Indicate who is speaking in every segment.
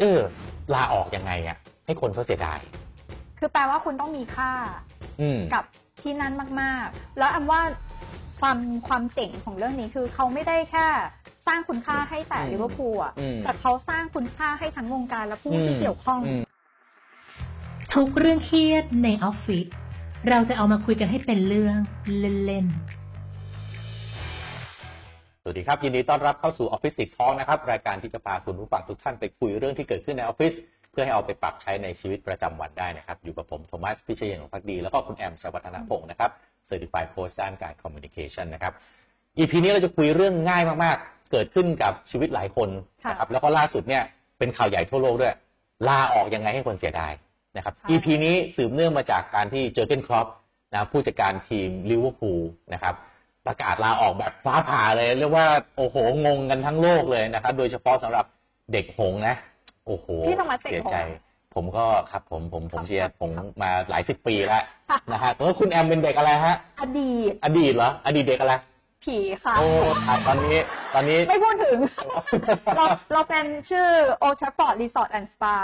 Speaker 1: เออ ลาออกยังไงอะให้คนเขาเสียดาย
Speaker 2: คือแปลว่าคุณต้องมีค่า
Speaker 1: อืม
Speaker 2: กับที่นั่นมาก ๆ แล้วแอมว่าความความเจ๋งของเรื่องนี้คือเขาไม่ได้แค่สร้างคุณค่าให้แต่
Speaker 1: อืม
Speaker 2: ลิเวอร์พูลอะ
Speaker 1: อืม
Speaker 2: แต่เขาสร้างคุณค่าให้ทั้งวงการและผู้
Speaker 1: อืม
Speaker 2: ที่เกี่ยวข้อง
Speaker 1: อืม
Speaker 3: ทุกเรื่องเครียดในออฟฟิศเราจะเอามาคุยกันให้เป็นเรื่องเล่นๆ
Speaker 1: สวัสดีครับ ยินดีต้อนรับเข้าสู่ออฟฟิศติดท้องนะครับ รายการที่จะพาคุณผู้ฟังทุกท่านไปคุยเรื่องที่เกิดขึ้นในออฟฟิศเพื่อให้เอาไปปรับใช้ในชีวิตประจำวันได้นะครับ อยู่กับผมโทมัสพิเชยนของพักดี แล้วก็คุณแอมชวัฒนพงศ์นะครับเซอร์ติฟายโพสด้านการคอมมิวนิเคชันนะครับอีพีนี้เราจะคุยเรื่องง่ายมากๆ เกิดขึ้นกับชีวิตหลายคนนะครับแล้วก็ล่าสุดเนี่ยเป็นข่าวใหญ่ทั่วโลกด้วยลาออกยังไงให้คนเสียดายนะครับ
Speaker 2: ใช่
Speaker 1: EP นี้สืบเนื่องมาจากการที่เจอร์เกนครอปนะผู้จัดการทีมลิเวอร์พูลนะครับประกาศลาออกแบบฟ้าผ่าเลย เรียกว่าโอ้โหงงกันทั้งโลกเลยนะครับ โดยเฉพาะสำหรับเด็กหงส์นะ โอ้โห
Speaker 2: พี่ต้องมาเตะ
Speaker 1: เสียใจ
Speaker 2: หงส์เหรอ
Speaker 1: ผมก็ครับผมผมผม
Speaker 2: ครับ
Speaker 1: เชียร์
Speaker 2: ครับ
Speaker 1: ผมมาหลายสิบปีแล้ว
Speaker 2: ค่ะ
Speaker 1: นะฮะแล้วคุณแอมเป็นเด็กอะไรฮะ
Speaker 2: อดีต
Speaker 1: อดีตเหรอ อดีตเด็กอะไร
Speaker 2: ผีค่ะ
Speaker 1: โอ้อ่ะตอนนี้ตอนนี้
Speaker 2: ไม่พูดถึง เราเราเป็นชื่อ Old Trafford Resort and Spa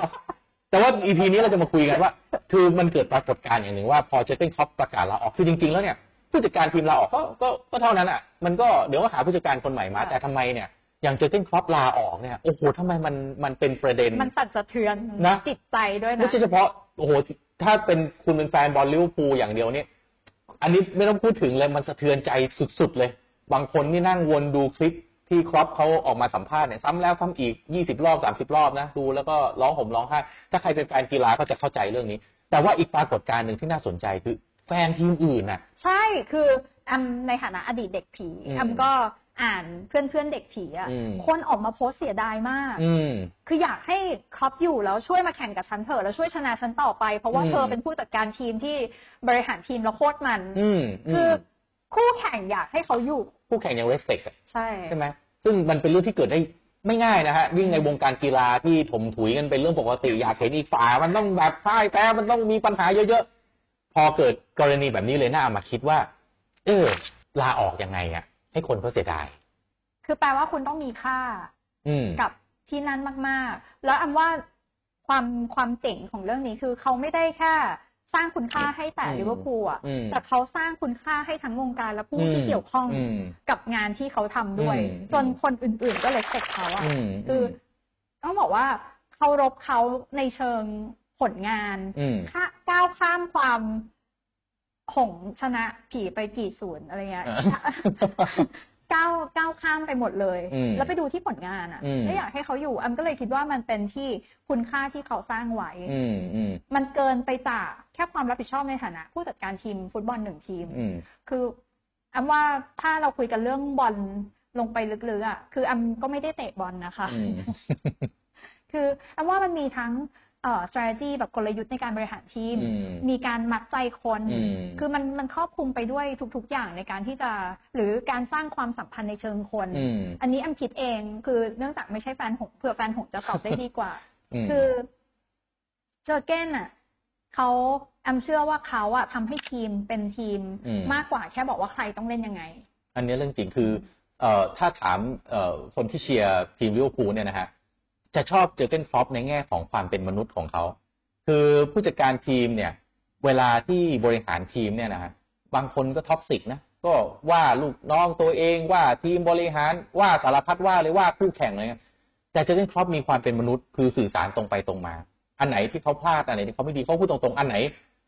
Speaker 1: แต่ว่าอีพีนี้เราจะมาคุยกันว่า คือมันเกิดปรากฏการณ์อย่างหนึ่งว่าพอเจอร์เกนคล็อปประกาศลาออกคือจริง ๆ แล้วเนี่ยผู้จัดการทีมลาออกก็ก็ก็เท่านั้นอ่ะ มันก็เดี๋ยวก็หาผู้จัดการคนใหม่มา
Speaker 2: ค่ะ
Speaker 1: แต่ทำไมเนี่ยอย่างเจอร์เกนคล็อปลาออกเนี่ยโอ้โหทำไมมันมันเป็นประเด็น
Speaker 2: มันสั่นสะเทือน
Speaker 1: นะ
Speaker 2: จิตใจด้วยนะ
Speaker 1: ไม่ใช่เฉพาะโอ้โหถ้าเป็นคุณเป็นแฟนบอลลิเวอร์พูลอย่างเดียวเนี่ยอันนี้ไม่ต้องพูดถึงเลยมันสะเทือนใจสุด ๆ เลย บางคนนี่นั่งวนดูคลิปที่ครอปเขาออกมาสัมภาษณ์เนี่ยซ้ำแล้วซ้ำอีกยี่สิบรอบสามสิบรอบนะ ดูแล้วก็ร้องห่มร้องไห้ถ้าใครเป็นแฟนกีฬาก็จะเข้าใจเรื่องนี้ แต่ว่าอีกปรากฏการณ์หนึ่งที่น่าสนใจคือแฟนทีมอื่นน่ะ
Speaker 2: ใช่คือแอมในฐานะอดีตเด็กผี
Speaker 1: อืม
Speaker 2: แอมก็อ่านเพื่อนเพื่อนๆเด็กผีอ่ะ
Speaker 1: อืม
Speaker 2: คนออกมาโพสต์เสียดายมาก
Speaker 1: อืม
Speaker 2: คืออยากให้ครอปอยู่แล้วช่วยมาแข่งกับฉันเถอะแล้วช่วยชนะฉันต่อไป เพราะว่า
Speaker 1: อืม
Speaker 2: เธอเป็นผู้จัดการทีมที่บริหารทีมแล้วโคตรมัน
Speaker 1: อืม
Speaker 2: คื
Speaker 1: ม
Speaker 2: อคู่แข่งอยากให้เขาอยู่
Speaker 1: คู่แข่งอย่างเรสเ c ก
Speaker 2: ใช่
Speaker 1: ใช่ไหมซึ่งมันเป็นเรื่องที่เกิดได้ไม่ง่ายนะฮะยิ่งในวงการกีฬาที่ถมถุยกันเป็นเรื่องปกติอยากเห็นอีกฝ่ายมันต้องแบบพ่ายแพ้มันต้องมีปัญหาเยอะๆ พอเกิดกรณีแบบนี้เลยน่าเอามาคิดว่า เออลาออกยังไงอะให้คนเขาเสียดาย
Speaker 2: คือแปลว่าคุณต้องมีค่า
Speaker 1: อืม
Speaker 2: กับที่นั่นมาก ๆ แล้วแอมว่าความความเจ๋งของเรื่องนี้คือเขาไม่ได้แค่สร้างคุณค่าให้แต่
Speaker 1: อืม
Speaker 2: ลิเวอร์พูลอะ
Speaker 1: อืม
Speaker 2: แต่เขาสร้างคุณค่าให้ทั้งวงการและผู้ที่เกี่ยวข้อง
Speaker 1: ม
Speaker 2: กับงานที่เขาทำด้วย
Speaker 1: อืม
Speaker 2: จนคนอื่น ๆ ก็เลยเสกเขาอะ
Speaker 1: อืม
Speaker 2: คือต้องบอกว่าเคารพเขาในเชิงผลงาน
Speaker 1: อืม
Speaker 2: ข้าก้าวข้ามความหงส์ชนะผีไปกี่ศูนย์อะไรเงี้ย
Speaker 1: อ่า
Speaker 2: ก้าวก้าวข้ามไปหมดเลย
Speaker 1: อืม
Speaker 2: แล้วไปดูที่ผลงานอ่ะ
Speaker 1: อืม
Speaker 2: แล้วอยากให้เขาอยู่แอมก็เลยคิดว่ามันเป็นที่คุณค่าที่เขาสร้างไว้
Speaker 1: อืมอืม
Speaker 2: มันเกินไปจากแค่ความรับผิดชอบในฐานะ ผู้จัดการทีมฟุตบอลหนึ่งทีม
Speaker 1: อืม
Speaker 2: คือแอมว่าถ้าเราคุยกันเรื่องบอลลงไปลึกๆอ่ะคือแอมก็ไม่ได้เตะบอลนะคะ
Speaker 1: อืม
Speaker 2: คือแอมว่ามันมีทั้งเอ่อ strategy แบบกลยุทธ์ในการบริหารทีม
Speaker 1: อืม
Speaker 2: มีการมัดใจคน
Speaker 1: อืม
Speaker 2: คือมันมันครอบคลุมไปด้วยทุก ๆ อย่างในการที่จะหรือการสร้างความสัมพันธ์ในเชิงคน
Speaker 1: อืม
Speaker 2: อันนี้แอมคิดเองคือเนื่องจากไม่ใช่แฟนหงส์เผื่อแฟนหงส์จะตอบได้ดีกว่า
Speaker 1: อืม
Speaker 2: คือเจอเก้นอ่ะเขาแอมเชื่อว่าเขาอ่ะทำให้ทีมเป็นทีม
Speaker 1: อืม
Speaker 2: มากกว่าแค่บอกว่าใครต้องเล่นยังไง
Speaker 1: อันนี้เรื่องจริงคือเอ่อถ้าถามเอ่อคนที่เชียร์ทีมลิเวอร์พูลเนี่ยนะฮะจะชอบเจอร์เกนครอปในแง่ของความเป็นมนุษย์ของเขา คือผู้จัดการทีมเนี่ย เวลาที่บริหารทีมเนี่ยนะฮะบางคนก็ท็อกซิกนะก็ว่าลูกน้องตัวเองว่าทีมบริหารว่าสารพัดว่าเลยว่าคู่แข่งอะไรเงี้ยแต่เจอร์เกนครอปมีความเป็นมนุษย์ คือสื่อสารตรงไปตรงมา อันไหนที่เขาพลาดอันไหนที่เขาไม่ดีเขาพูดตรงๆอันไหน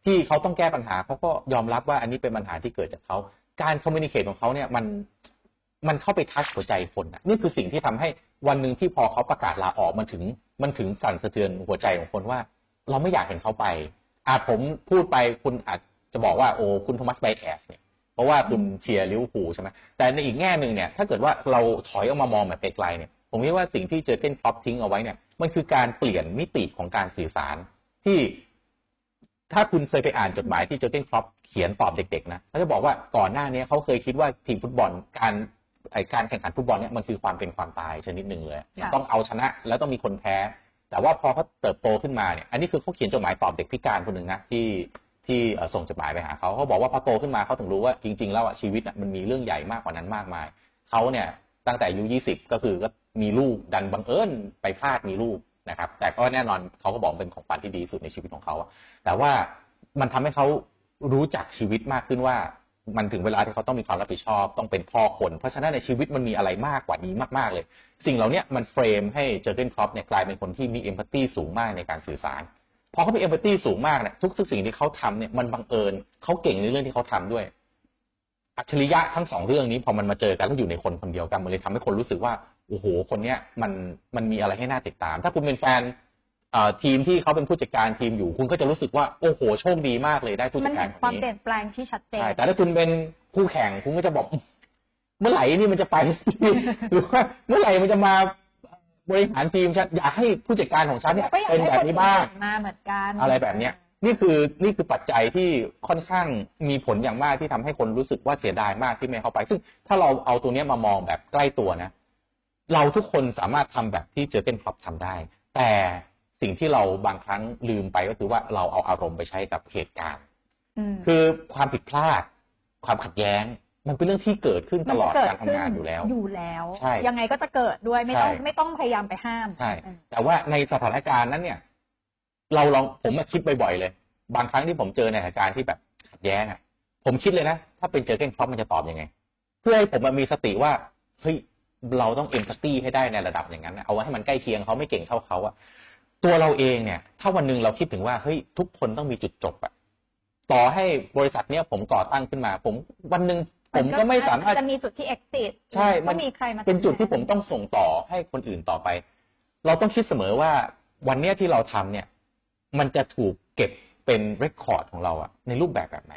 Speaker 1: ที่เขาต้องแก้ปัญหาเขาก็ยอมรับว่าอันนี้เป็นปัญหาที่เกิดจากเขา การคอมมิวนิเคชของเขาเนี่ยมันมันเข้าไปทัชหัวใจคนน่ะนี่คือสิ่งที่ทำให้วันหนึ่งที่พอเขาประกาศลาออกมันถึง มันถึงสั่นสะเทือนหัวใจของคนว่า เราไม่อยากเห็นเขาไปอาผมพูดไปคุณอาจจะบอกว่าโอ้คุณโทมัสไบแอสเนี่ย เพราะว่าคุณเชียร์ลิเวอร์พูลใช่ไหมแต่ในอีกแง่หนึ่งเนี่ย ถ้าเกิดว่าเราถอยออกมามองแบบไกลๆเนี่ย ผมคิดว่าสิ่งที่เจอเก้นครอปทิ้งเอาไว้เนี่ย มันคือการเปลี่ยนมิติของการสื่อสาร ที่ ถ้าคุณเคยไปอ่านจดหมายที่เจอเกนครอปเขียนตอบเด็กๆนะเขาจะบอกว่าก่อนหน้านี้เขาเคยคิดว่าทีมฟุตบอลการไอการแข่งขันฟุตบอลเนี่ยมันคือความเป็นความตายชนิดหนึ่งเลย
Speaker 2: ค่ะ
Speaker 1: ต้องเอาชนะแล้วต้องมีคนแพ้ แต่ว่าพอเขาเติบโตขึ้นมาเนี่ย อันนี้คือเขาเขียนจดหมายตอบเด็กพิการคนหนึ่งนะที่ที่เอ่อส่งจดหมายไปหาเขาเขาบอกว่าพอโตขึ้นมาเขาถึงรู้ว่าจริง ๆ แล้วอะชีวิตอะมันมีเรื่องใหญ่มากกว่านั้นมากมาย เขาเนี่ยตั้งแต่อายุยี่สิบก็คือก็มีลูกดันบังเอิญไปพลาดมีลูก นะครับ แต่ก็แน่นอนเขาก็บอกเป็นของขวัญที่ดีที่สุดในชีวิตของเขาอะแต่ว่ามันทำให้เขารู้จักชีวิตมากขึ้นว่า มันถึงเวลาที่เขาต้องมีความรับผิดชอบต้องเป็นพ่อคน เพราะฉะนั้นในชีวิตมันมีอะไรมากกว่านี้มากๆเลย สิ่งเหล่าเนี้ยมันเฟรมให้เจอร์เกนครอปเนี่ยกลายเป็นคนที่มีเอมพัตตีสูงมากในการสื่อสาร พอเขามีเอมพัตตีสูงมากเนี่ยทุกสิ่งที่เขาทำเนี่ยมันบังเอิญเขาเก่งในเรื่องที่เขาทำด้วย อัจฉริยะทั้งสองเรื่องนี้พอมันมาเจอกันแล้วอยู่ในคนคนเดียวกันมันเลยทำให้คนรู้สึกว่าโอ้โหคนเนี้ยมันมันมีอะไรให้น่าติดตาม ถ้าคุณเป็นแฟนเอ่อทีมที่เขาเป็นผู้จัดการทีมอยู่ คุณก็จะรู้สึกว่าโอ้โหโชคดีมากเลยได้ผู้
Speaker 2: มั
Speaker 1: จั
Speaker 2: น
Speaker 1: ดกา
Speaker 2: เห็
Speaker 1: ร
Speaker 2: น
Speaker 1: ค
Speaker 2: ความ
Speaker 1: น
Speaker 2: เป
Speaker 1: นี้
Speaker 2: ลี่ยนแปลงที่ชัดเจน
Speaker 1: ใช่แต่ถ้าคุณเป็นคู่แข่งคุณก็จะบอก เมื่อไหร่นี่มันจะไป หรือว่าเมื่อไหร่มันจะมาบริหารทีมฉันอยากให้ผู้จัดการของฉันเนี่ย
Speaker 2: ก็อยาก
Speaker 1: เป็น
Speaker 2: ให้
Speaker 1: แบบ
Speaker 2: คน
Speaker 1: นี้
Speaker 2: อื่
Speaker 1: บ้าง
Speaker 2: นมาเหมือนกัน
Speaker 1: อะไรแบบเนี้ย นี่คือนี่คือปัจจัยที่ค่อนข้างมีผลอย่างมากที่ทำให้คนรู้สึกว่าเสียดายมากที่ไม่เข้าไป ซึ่งถ้าเราเอาตัวเนี้ยมามองแบบใกล้ตัวนะ เราทุกคนสามารถทำแบบที่เจอเกนครอปทำได้ แต่สิ่งที่เราบางครั้งลืมไปก็คือว่าเราเอาอารมณ์ไปใช้กับเหตุการณ์
Speaker 2: อืม
Speaker 1: คือความผิดพลาด ความขัดแย้ง มันเป็นเรื่องที่เกิดขึ้นตลอด
Speaker 2: มันจะ
Speaker 1: การทำงานอยู่แล้ว
Speaker 2: อยู่แล้ว
Speaker 1: ใช่
Speaker 2: ยังไงก็จะเกิดด้วยไม่ต้อง
Speaker 1: ใช่
Speaker 2: ไม่ต้องพยายามไปห้าม
Speaker 1: ใช่
Speaker 2: อืม
Speaker 1: แต่ว่าในสถานการณ์นั้นเนี่ย เราลองผมมาคิดบ่อยๆเลย บางครั้งที่ผมเจอในสถานการณ์ที่แบบขัดแย้งอ่ะ ผมคิดเลยนะ ถ้าเป็นเจอเก้งครอปมันจะตอบยังไง เพื่อให้ผมมันมีสติว่าเฮ้ยเราต้องเอมพัตตีให้ได้ในระดับอย่างนั้นนะเอาไว้ให้มันใกล้เคียงเขาไม่เก่งเท่าเขาอะตัวเราเองเนี่ย ถ้าวันหนึ่งเราคิดถึงว่าเฮ้ยทุกคนต้องมีจุดจบอะต่อให้บริษัทเนี้ยผมก่อตั้งขึ้นมา ผมวันหนึ่งผมก็ไม่สามารถ
Speaker 2: จะมีจุดที่ exit
Speaker 1: ใช่มั
Speaker 2: มัน นมีใครมา
Speaker 1: เป็นจุดที่ผมต้องส่งต่อให้คนอื่นต่อไป เราต้องคิดเสมอว่าวันเนี้ยที่เราทำเนี่ย มันจะถูกเก็บเป็นเรคคอร์ดของเราอะในรูปแบบแบบไหน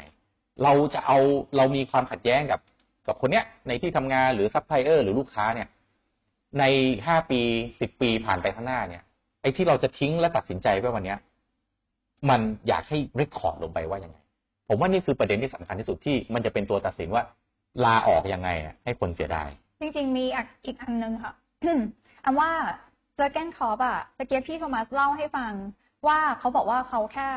Speaker 1: เราจะเอาเรามีความขัดแย้งกับ กับคนเนี้ย ในที่ทำงานหรือซัพพลายเออร์หรือลูกค้าเนี่ย ในห้าปีสิบปีผ่านไปข้างหน้าเนี่ย ไอ้ที่เราจะทิ้งและตัดสินใจไว้วันเนี้ย มันอยากให้เรคคอร์ดลงไปว่ายังไง ผมว่านี่คือประเด็นที่สำคัญที่สุดที่มันจะเป็นตัวตัดสินว่าลาออกยังไงอะให้คนเสียดาย
Speaker 2: จริง ๆ มีอีกอันนึงค่ะ อันว่าเจอแกนคอปอะตะเกียบพี่โทมัสเล่าให้ฟังว่าเขาบอกว่าเขาแค่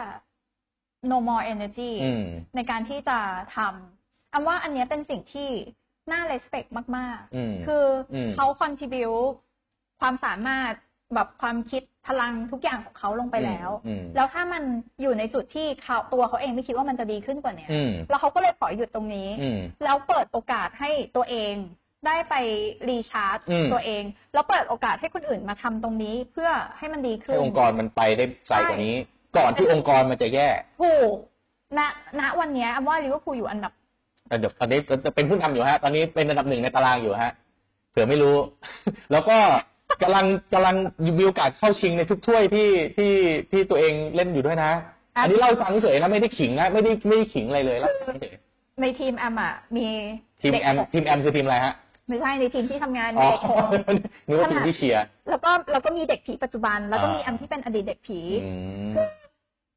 Speaker 2: no more energy
Speaker 1: อืม
Speaker 2: ในการที่จะทำอันว่าอันเนี้ยเป็นสิ่งที่น่า respect มาก ๆ
Speaker 1: อืม
Speaker 2: คืออ
Speaker 1: ม
Speaker 2: เขาคอน r i b u ิวความสามารถแบบความคิดพลังทุกอย่างของเขาลงไปแล้ว
Speaker 1: อืม
Speaker 2: แล้วถ้ามันอยู่ในจุดที่เขาตัวเขาเองไม่คิดว่ามันจะดีขึ้นกว่าเนี้ย
Speaker 1: อืม
Speaker 2: แล้วเขาก็เลยขอหยุดตรงนี้
Speaker 1: อืม
Speaker 2: แล้วเปิดโอกาสให้ตัวเองได้ไปรีชาร์จ
Speaker 1: อืม
Speaker 2: ตัวเอง แล้วเปิดโอกาสให้คนอื่นมาทำตรงนี้เพื่อให้มันดีขึ้
Speaker 1: ให้
Speaker 2: น
Speaker 1: องค์กรมันไปได้ไกลกว่านี้
Speaker 2: ใช่
Speaker 1: ก่อนที่องค์กรมันจะแย่
Speaker 2: ถูกณณวันเนี้ยอันว่าลิเวอร์พูลอยู่อันดับ
Speaker 1: แต่เดี๋ยวตอนนี้จะเป็นผู้นำอยู่ฮะ ตอนนี้เป็นอันดับหนึ่งในตารางอยู่ฮะเผื่อไม่รู้ แล้วก็กำลังกำลังมีโอกาสเข้าชิงในทุกถ้วยที่ที่ที่ตัวเองเล่นอยู่ด้วยนะ
Speaker 2: อ่ะ
Speaker 1: อันนี้เล่าให้ฟังเฉยๆนะไม่ได้ขิงนะไม่ได้ไม่ได้ขิงอะไรเลยเล่าให้ ฟังเฉย
Speaker 2: ในทีมแอมอะมี
Speaker 1: ทีม
Speaker 2: เด็ก
Speaker 1: แอม
Speaker 2: หก
Speaker 1: ทีมแอมคือทีมอะไรฮะ
Speaker 2: ไม่ใช่ในทีมที่ทำงานมี
Speaker 1: อ๋อ
Speaker 2: เด็กหก
Speaker 1: นึกว่าทีมที่เชียร์
Speaker 2: แล้วก็แล้วก็มีเด็กผีปัจจุบัน แล้วก็
Speaker 1: อ่ามี
Speaker 2: มีอันที่เป็นอดีตเด็กผี
Speaker 1: อืม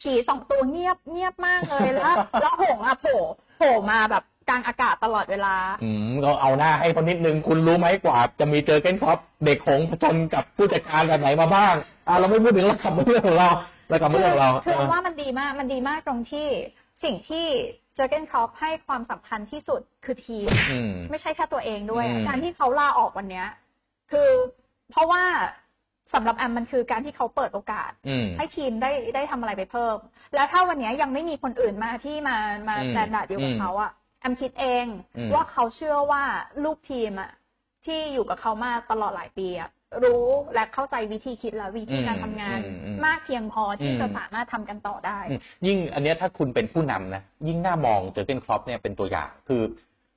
Speaker 2: ผีสองตัวเงียบเงียบมาก เลยแล้ว แล้วหงส์อะโผล่โผล่มาแบบกลางอากาศตลอดเวลา
Speaker 1: อืมเราเอาหน้าให้คนนิดนึง คุณรู้ไหมกว่า จะมีเจอเก้นครอปเด็กหงส์ผจญกับผู้จัดการแบบไหนมาบ้างอ่าเราไม่พูดถึงเราขับมาเรื่องของเราเราขับมาเรื่องของเรา
Speaker 2: คือคือ
Speaker 1: เออ
Speaker 2: ว่ามันดีมากมันดีมากตรงที่สิ่งที่เจอร์เกนครอปให้ความสำคัญที่สุดคือทีม
Speaker 1: อืม
Speaker 2: ไม่ใช่แค่ตัวเองด้วย
Speaker 1: อืม
Speaker 2: การที่เขาลาออกวันเนี้ย คือเพราะว่าสำหรับแอมมันคือการที่เขาเปิดโอกาส
Speaker 1: อืม
Speaker 2: ให้ทีมได้ได้ทำอะไรไปเพิ่ม แล้วถ้าวันเนี้ยยังไม่มีคนอื่นมาที่มามา
Speaker 1: อืม
Speaker 2: แตนดาร์ดเดียวกับ
Speaker 1: อืม
Speaker 2: เขาอะแอมคิดเอง
Speaker 1: อืม
Speaker 2: ว่าเขาเชื่อว่าลูกทีมอะที่อยู่กับเขามาตลอดหลายปีอะรู้และเข้าใจวิธีคิดและวิธีการทำงาน
Speaker 1: อือือื
Speaker 2: มากเพียงพอที่
Speaker 1: อืม
Speaker 2: จะสามารถทำกันต่อได้
Speaker 1: อืมยิ่งอันเนี้ยถ้าคุณเป็นผู้นำนะยิ่งหน้ามองเจอเกนครอปเนี่ยเป็นตัวอย่าง คือ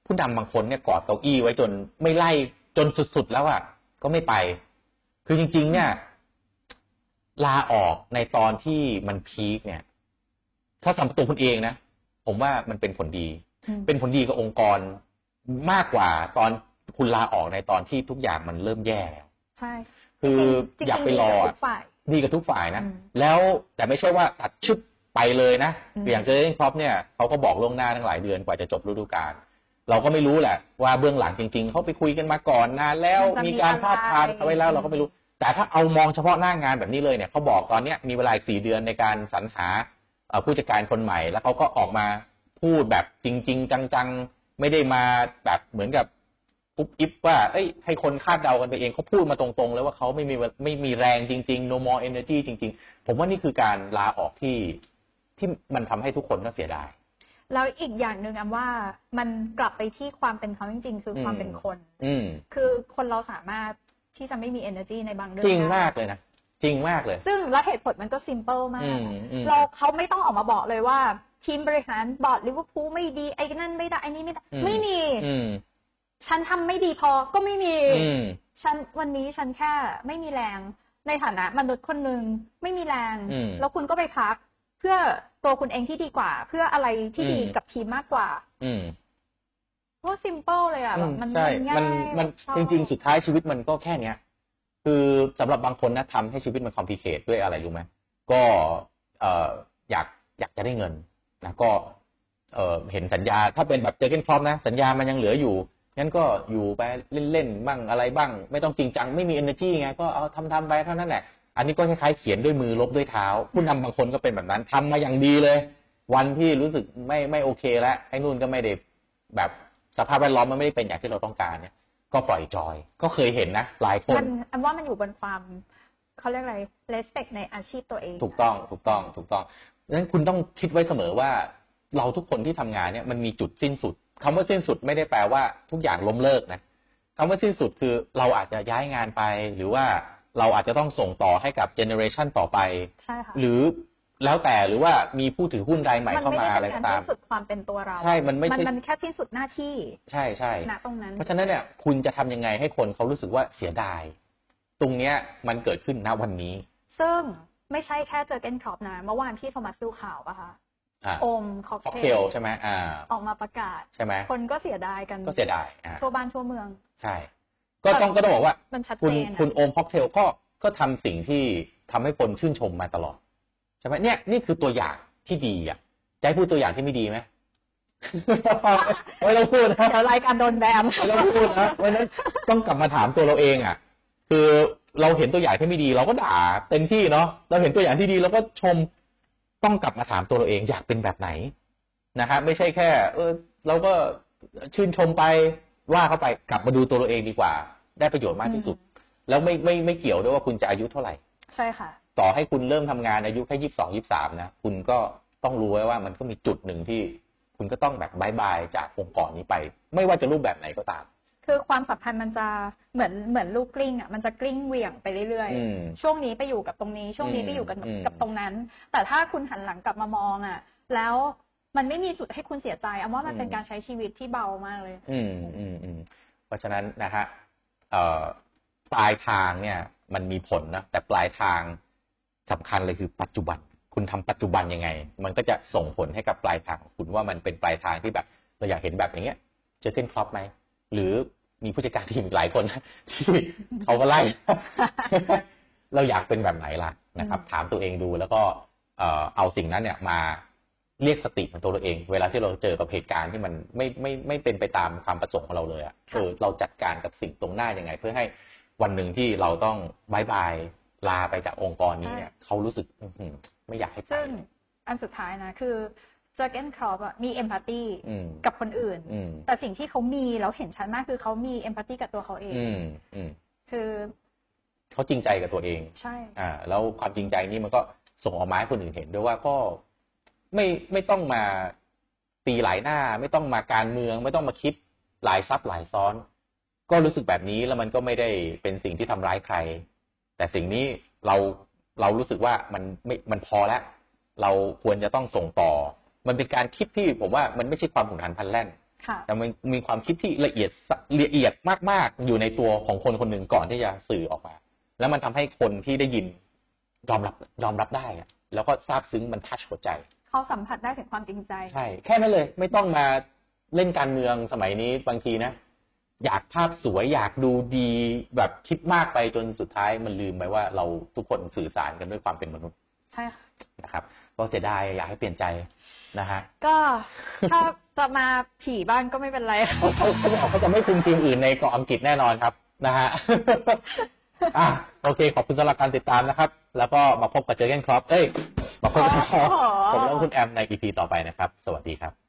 Speaker 1: ผู้นำบางคนเนี่ยกอดเก้าอี้ไว้จนไม่ไล่จนสุดๆแล้วอะ่ะ ก็ไม่ไป คือจริง ๆ เนี่ย ลาออกในตอนที่มันพีคเนี่ย ถ้าสำหรับตัวคุณเองนะผมว่ามันเป็นผลดี
Speaker 2: อืม
Speaker 1: เป็นผลดีกับองค์กรมากกว่าตอนคุณลาออกในตอนที่ทุกอย่างมันเริ่มแย่แล้ว
Speaker 2: ใช่
Speaker 1: คือ
Speaker 2: จริงๆ
Speaker 1: อยากไป
Speaker 2: ดี
Speaker 1: ร
Speaker 2: บ
Speaker 1: อ
Speaker 2: ทุ
Speaker 1: อะ
Speaker 2: กฝ่าย
Speaker 1: ดีกับทุกฝ่ายนะ
Speaker 2: อืม
Speaker 1: แล้วแต่ไม่ใช่ว่าตัดชุดไปเลยนะ
Speaker 2: อืม
Speaker 1: อย่างเจอร์เก้นครอปเนี่ยเขาก็บอกล่วงหน้าตั้งหลายเดือนกว่าจะจบฤดูกาล เราก็ไม่รู้แหละ ว่าเบื้องหลังจริง ๆ เขาไปคุยกันมาก่อนนานแล้ว มีการพาดพานเอาไว้แล้วเราก็ไม่รู้ แต่ถ้าเอามองเฉพาะหน้างานแบบนี้เลยเนี่ยเขาบอกตอนเนี้ยมีเวลาอีกสี่เดือนในการสรรหาเอ่อผู้จัดการคนใหม่ แล้วเขาก็ออกมาพูดแบบจริง ๆ จัง ๆ ไม่ได้มาแบบเหมือนกับ อุบอิบว่าเอ้ยให้คนคาดเดากันไปเองเขาพูดมาตรงๆ แล้วว่าเขาไม่มีเวลไม่มีแรงจริงๆ no more energy จริง ๆ ผมว่านี่คือการลาออกที่ที่มันทำให้ทุกคนก็เสียดาย
Speaker 2: แล้วอีกอย่างหนึ่งอันว่ามันกลับไปที่ความเป็นเขาจริงๆ คืออ
Speaker 1: ม
Speaker 2: ความเป็นคน
Speaker 1: อืม
Speaker 2: คือคนเราสามารถที่จะไม่มี energy ในบางเรื่อง
Speaker 1: จริง
Speaker 2: ได้
Speaker 1: มากเลยนะ จริงมากเลย
Speaker 2: ซึ่งและเหตุผลมันก็ simple มา
Speaker 1: อื
Speaker 2: ก
Speaker 1: มอืม
Speaker 2: เราเขาไม่ต้องออกมาบอกเลยว่า ทีมบริหารบอร์ดลิเวอร์พูลไม่ดีไอ้นั่นไม่ได้ไอ้นี่ไม่ได้
Speaker 1: อืม
Speaker 2: ไม่มี
Speaker 1: อืม
Speaker 2: ฉันทำไม่ดีพอก็ไม่มี
Speaker 1: อืม
Speaker 2: ฉันวันนี้ฉันแค่ไม่มีแรง ในฐานะมนุษย์คนหนึ่งไม่มีแรง
Speaker 1: อืม
Speaker 2: แล้วคุณก็ไปพัก เพื่อตัวคุณเองที่ดีกว่า เพื่ออะไรที่ดี
Speaker 1: อืม
Speaker 2: กับทีมมากกว่า
Speaker 1: อืม
Speaker 2: ก็ simple เลยอ่ะแบบมัน
Speaker 1: ใช่
Speaker 2: ง่าย
Speaker 1: มันมัน
Speaker 2: ชอบ
Speaker 1: จริง ๆ สุดท้ายชีวิตมันก็แค่เนี้ย คือสำหรับบางคนนะทำให้ชีวิตมันคอมพลีเคทด้วยอะไรรู้ไหมก็เอออยากอยากจะได้เงินนะก็เออเห็นสัญญาถ้าเป็นแบบเจอเกนฟอมนะ สัญญามันยังเหลืออยู่งั้นก็อยู่ไปเล่นๆบ้างอะไรบ้าง ไม่ต้องจริงจังไม่มี energy ไงก็เอาทำทำๆไปเท่านั้นแหละ อันนี้ก็คล้ายๆเขียนด้วยมือลบด้วยเท้า ผู้นำบางคนก็เป็นแบบนั้นทำมาอย่างดีเลย วันที่รู้สึกไม่ไม่โอเคแล้วไอ้นู่นก็ไม่ได้ แบบสภาพแวดล้อมมันไม่ได้เป็นอย่างที่เราต้องการเนี่ย ก็ปล่อยจอย ก็เคยเห็นนะหลายคน
Speaker 2: มันอันว่ามันอยู่บนความเขาเรียกอะไร respect ในอาชีพตัวเอง
Speaker 1: ถูกต้องถูกต้องถูกต้องดังนั้นคุณต้องคิดไว้เสมอว่า เราทุกคนที่ทำงานเนี่ยมันมีจุดสิ้นสุดคำว่าสิ้นสุดไม่ได้แปลว่าทุกอย่างล้มเลิกนะคำว่าสิ้นสุดคือเราอาจจะย้ายงานไป หรือว่าเราอาจจะต้องส่งต่อให้กับเจเนอเรชันต่อไป
Speaker 2: ใช่ค่ะ
Speaker 1: หรือแล้วแต่หรือว่ามีผู้ถือหุ้นรายใหม่
Speaker 2: มั
Speaker 1: เข้า
Speaker 2: ไม่
Speaker 1: มา
Speaker 2: ได้
Speaker 1: อะไร
Speaker 2: เป็น
Speaker 1: ก็
Speaker 2: การ
Speaker 1: ตาม
Speaker 2: ที่สุดความเป็นตัวเรา
Speaker 1: ใช่มันไม่ใช่
Speaker 2: มันแค่ที่สุดหน้าที่
Speaker 1: ใช่ใช่
Speaker 2: ณตรงนั้น
Speaker 1: เพราะฉะนั้นเนี่ยคุณจะทำยังไงให้คนเขารู้สึกว่าเสียดาย ตรงเนี้ยมันเกิดขึ้นณวันนี้
Speaker 2: ซึ่งไม่ใช่แค่เจอเกนครอปนะเมื่อวานที่โทมัสดูข่าวอะค่ะ
Speaker 1: อ่า
Speaker 2: โอมคอ
Speaker 1: ค็อก
Speaker 2: ก
Speaker 1: เท
Speaker 2: เท
Speaker 1: ล
Speaker 2: ล
Speaker 1: ใช่ไหมอ่า
Speaker 2: ออกมาประกาศ
Speaker 1: ใช่ไหม
Speaker 2: คนก็เสียดายกัน
Speaker 1: ก็เสียดายอ่า
Speaker 2: ทั่วบ้านทั่วเมือง
Speaker 1: ใช่ ก็ต้องก็ต้องบอกว่า
Speaker 2: มันชัด
Speaker 1: คุ
Speaker 2: เจ
Speaker 1: ณ
Speaker 2: นอะ
Speaker 1: คุณโอมค็อกเทลก็ก็ทำสิ่งที่ทำให้คนชื่นชมมาตลอด ใช่ไหมเนี่ยนี่คือตัวอย่างที่ดีอ่ะจะให้พูดตัวอย่างที่ไม่ดี ไหม ไม่ต้องพูดนะ
Speaker 2: เดี๋ยวรายการโดนแบม
Speaker 1: ไม่ต้องพูดนะเพราะฉะนั้นต้องกลับมาถามตัวเราเองอ่ะ คือเราเห็นตัวอย่างที่ไม่ดี เราก็ด่าเต็มที่เนาะเราเห็นตัวอย่างที่ดีเราก็ชมต้องกลับมาถามตัวเราเองอยากเป็นแบบไหนนะฮะไม่ใช่แค่ เออ เราก็ชื่นชมไปว่าเข้าไปกลับมาดูตัวเราเองดีกว่า ได้ประโยชน์มากที่สุด แล้วไม่ไม่ไม่เกี่ยวด้วยว่าคุณจะอายุเท่าไหร่
Speaker 2: ใช่ค่ะ
Speaker 1: ต่อให้คุณเริ่มทำงานอายุแค่ยี่สิบสองยี่สามนะ คุณก็ต้องรู้ไว้ว่ามันก็มีจุดหนึ่งที่ คุณก็ต้องแบบบายบายจากองค์กรนี้ไป ไม่ว่าจะรูปแบบไหนก็ตาม
Speaker 2: คือความสัมพันธ์มันจะเหมือนเหมือนลูกกลิ้งอะมันจะกลิ้งเหวี่ยงไปเรื่อย
Speaker 1: อืม
Speaker 2: ๆ ช่วงนี้ไปอยู่กับตรงนี้ ช่วงนี้ไปอยู่กับ
Speaker 1: อืม
Speaker 2: กับตรงนั้น แต่ถ้าคุณหันหลังกลับมามองอะแล้วมันไม่มีจุดให้คุณเสียใจเอาว่ามันเป็นการใช้ชีวิตที่เบามากเลย
Speaker 1: อืมอืมอืมเพราะฉะนั้นนะฮะเอ่อปลายทางเนี่ย มันมีผลนะแต่ปลายทางสำคัญเลยคือปัจจุบัน คุณทำปัจจุบันยังไง มันก็จะส่งผลให้กับปลายทางของคุณว่ามันเป็นปลายทางที่แบบเราอยากเห็นแบบอย่างเงี้ยเจอเกนครอปไหมหรือมีผู้จัดการทีมอีกหลายคนนะ ที่เขามาไล่ เราอยากเป็นแบบไหนล่ะนะครับ
Speaker 2: อืม
Speaker 1: ถามตัวเองดูแล้วก็เอ่อเอาสิ่งนั้นเนี่ยมาเรียกสติของตัวเราเอง เวลาที่เราเจอกับเหตุการณ์ที่มันไม่ไม่ไม่ไม่เป็นไปตามความประสงค์ของเราเลยอะเออเราจัดการกับสิ่งตรงหน้ายังไง เพื่อให้วันหนึ่งที่เราต้องบายบายลาไปจากองค์กรนี้เนี่ยเขารู้สึกอื้อหือไม่อยากให้ไป
Speaker 2: ซึ่งอันสุดท้ายนะ คือเจอเกนครอปอะมีเอมพัตตี
Speaker 1: อืม
Speaker 2: กับคนอื่น
Speaker 1: อืม
Speaker 2: แต่สิ่งที่เขามีแล้วเห็นชัดมากคือเขามีเอมพัตตีกับตัวเขาเอง
Speaker 1: อืมอืม
Speaker 2: คือ
Speaker 1: เขาจริงใจกับตัวเอง
Speaker 2: ใช่
Speaker 1: อ่าแล้วความจริงใจนี่มันก็ส่งออกมาให้คนอื่นเห็นด้วยว่าก็ไม่ไม่ต้องมาตีหลายหน้า ไม่ต้องมาการเมือง ไม่ต้องมาคิดหลายซับหลายซ้อน ก็รู้สึกแบบนี้แล้วมันก็ไม่ได้เป็นสิ่งที่ทำร้ายใคร แต่สิ่งนี้เราเรารู้สึกว่ามันไม่มันพอแล้วเราควรจะต้องส่งต่อ มันเป็นการคิดที่ผมว่ามันไม่ใช่ความหุนหันพลันแล่น
Speaker 2: ค่ะ
Speaker 1: แต่มันมีความคิดที่ละเอียดสละเอียดมากๆ อยู่ในตัวของคนคนหนึ่งก่อนที่จะสื่อออกมา แล้วมันทำให้คนที่ได้ยินยอมรับยอมรับได้อะแล้วก็ซาบซึ้งมันทัชหัวใจ
Speaker 2: เขาสัมผัสได้ถึงความจริงใจ
Speaker 1: ใช่ แค่นั้นเลย ไม่ต้องมาเล่นการเมืองสมัยนี้บางทีนะ อยากภาพสวยอยากดูดีแบบคิดมากไปจนสุดท้ายมันลืมไปว่า เราทุกคนสื่อสารกันด้วยความเป็นมนุษย์
Speaker 2: ใช่ค่ะ
Speaker 1: นะครับก็เสียดายอยากให้เปลี่ยนใจนะฮะ
Speaker 2: ก็ถ้าจะมาผีบ้างก็ไม่ เป็นไร
Speaker 1: เขาเขาเขาบอกเขาจะไม่คุมทีมอื่นในเกาะอังกฤษแน่นอนครับนะฮ ะ อ่ะโอเค ขอบคุณสำหรับการติดตามนะครับ แล้วก็ มาพบกับเจอเกนครอปเอ้ย มาพบกับผมและคุณแอมในอีพีต่อไปนะครับ สวัสดีครับ